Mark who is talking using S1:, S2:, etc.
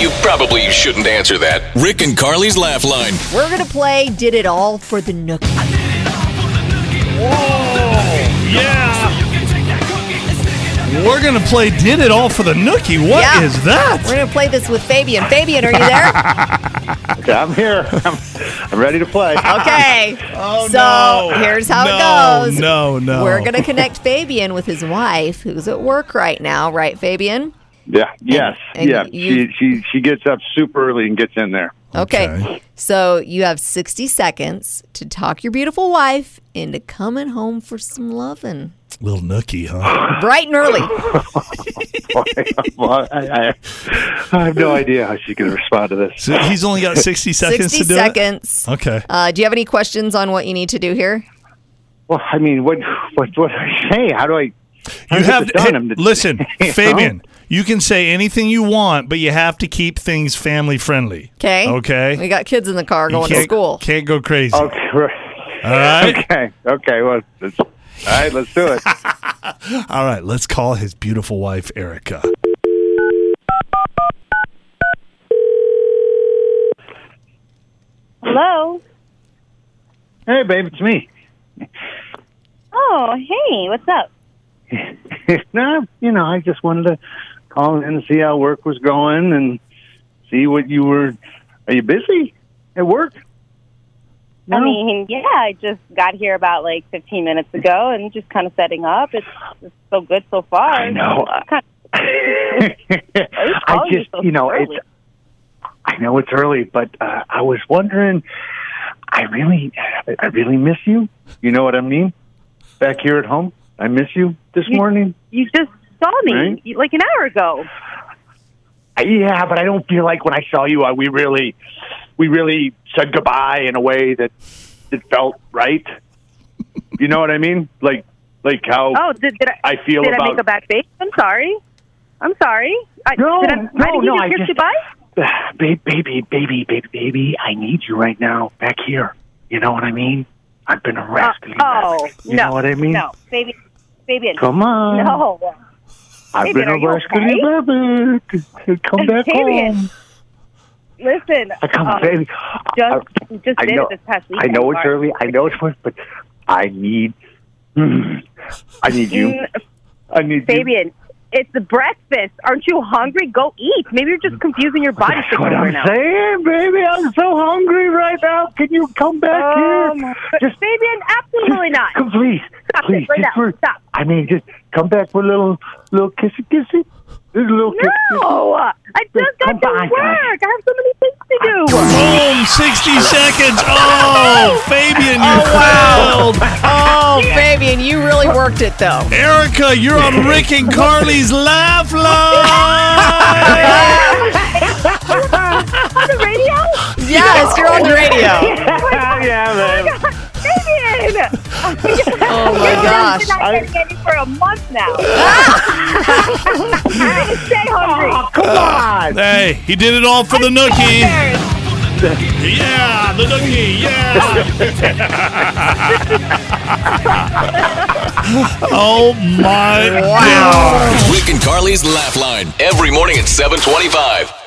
S1: you probably shouldn't answer that.
S2: Rick and Carly's Laugh Line.
S3: We're going to play Did It All for the Nookie.
S4: Yeah. We're gonna play "Did It All for the Nookie." What
S3: Yeah.
S4: is that?
S3: We're going to play this with Fabian. Fabian, are you there?
S5: Okay, I'm here. I'm, I'm ready to play.
S3: Okay.
S4: Oh
S3: so
S4: no!
S3: here's how
S4: No,
S3: it goes.
S4: No, no.
S3: We're going to connect Fabian with his wife, who's at work right now, right, Fabian?
S5: Yeah. Yes.
S3: And
S5: yeah.
S3: you-
S5: she she she gets up super early and gets in there.
S3: Okay.
S4: Okay.
S3: So you have 60 seconds to talk your beautiful wife into coming home for some lovin'.
S4: little Nookie, huh?
S3: Bright and early.
S5: Well, I, I, I have no idea how she can respond to this.
S4: So he's only got sixty seconds
S3: 60
S4: to do
S3: seconds.
S4: it. Okay.
S3: Uh, do you have any questions on what you need to do here?
S5: Well, I mean, what what what do I say? How do I? how
S4: You
S5: do I
S4: have
S5: get this done?
S4: hey,
S5: I'm just-
S4: listen,
S5: you know?
S4: Fabian. You can say anything you want, but you have to keep things family friendly.
S3: Okay.
S4: Okay.
S3: We got kids in the car
S4: You
S3: going to
S4: can't-
S3: school.
S4: Can't go crazy.
S5: Okay. right.
S4: All right.
S5: Okay. Okay. Well, it's, all right. Let's do it.
S4: All right. Let's call his beautiful wife, Erica.
S6: Hello.
S5: hey, babe, it's me.
S6: Oh, hey, what's up?
S5: no, you know, I just wanted to call in and see how work was going and see what you were. Are you busy at work? No?
S6: I mean, yeah, I just got here about like 15 minutes ago and just kind of setting up. It's, it's so good so far.
S5: I know.
S6: Kind
S5: I
S6: calling you
S5: just,
S6: so
S5: you know,
S6: early?
S5: it's. I know it's early, but uh, I was wondering. I really, I really miss you. You know what I mean? Back here at home, I miss you this
S6: You-
S5: morning.
S6: you just saw me
S5: Right?
S6: you- like an hour ago.
S5: I- Yeah, but I don't feel like when I saw you, I, we really, we really said goodbye in a way that it felt right. You know what I mean? Like, like how
S6: Oh, did, did I,
S5: I feel
S6: did I
S5: about.
S6: make a bad face? I'm sorry. I'm sorry. I,
S5: No,
S6: did I,
S5: no,
S6: I didn't
S5: no,
S6: you
S5: I
S6: kiss
S5: just-
S6: goodbye?
S5: baby, baby, baby, baby, baby, I need you right now, back here. You know what I mean? I've been a rascally.
S6: Uh, oh,
S5: rabbit. you
S6: no.
S5: know what I mean?
S6: No, baby, baby,
S5: Come on.
S6: no.
S5: I've
S6: Fabian,
S5: been
S6: are
S5: a
S6: you
S5: rascally rabbit. Come back
S6: Fabian.
S5: home.
S6: Listen,
S5: I come,
S6: um,
S5: baby.
S6: just,
S5: I-
S6: you just
S5: I
S6: did
S5: know-
S6: it this past week.
S5: I know it's early. I know it's work, but I need. Mm, I need you. I need you.
S6: Mm, Fabian, it's the breakfast. Aren't you hungry? Go eat. Maybe you're just confusing your body
S5: That's
S6: signal
S5: what
S6: right
S5: I'm
S6: now.
S5: saying, baby. I'm so hungry right now. Can you come back
S6: Um,
S5: here?
S6: but
S5: Just
S6: Fabian, absolutely not.
S5: Come, please,
S6: Stop
S5: please,
S6: it right
S5: just
S6: now.
S5: for-
S6: Stop.
S5: I mean, just come back for a little, little kissy, kissy. Just a little kissy.
S6: No, I just got
S5: Come
S6: to
S5: on,
S6: work. I have so many things to do.
S4: Boom! 60 seconds. Oh, Fabian, you failed.
S3: Oh, Fabian, you really worked it though.
S4: Erica, you're on Rick and Carly's Laugh Line.
S6: On the radio? Oh
S3: Yes, you're on the radio.
S5: yeah, man.
S6: Fabian!
S3: Oh my gosh.
S6: I've been not getting any for a month now. I'm going to stay hungry.
S5: Oh, Come on.
S4: hey, he did it all for the nookie.
S6: There's-
S4: Yeah, the nookie. Yeah. oh my wow.
S2: Rick and Carly's Laugh Line. Every morning at 725.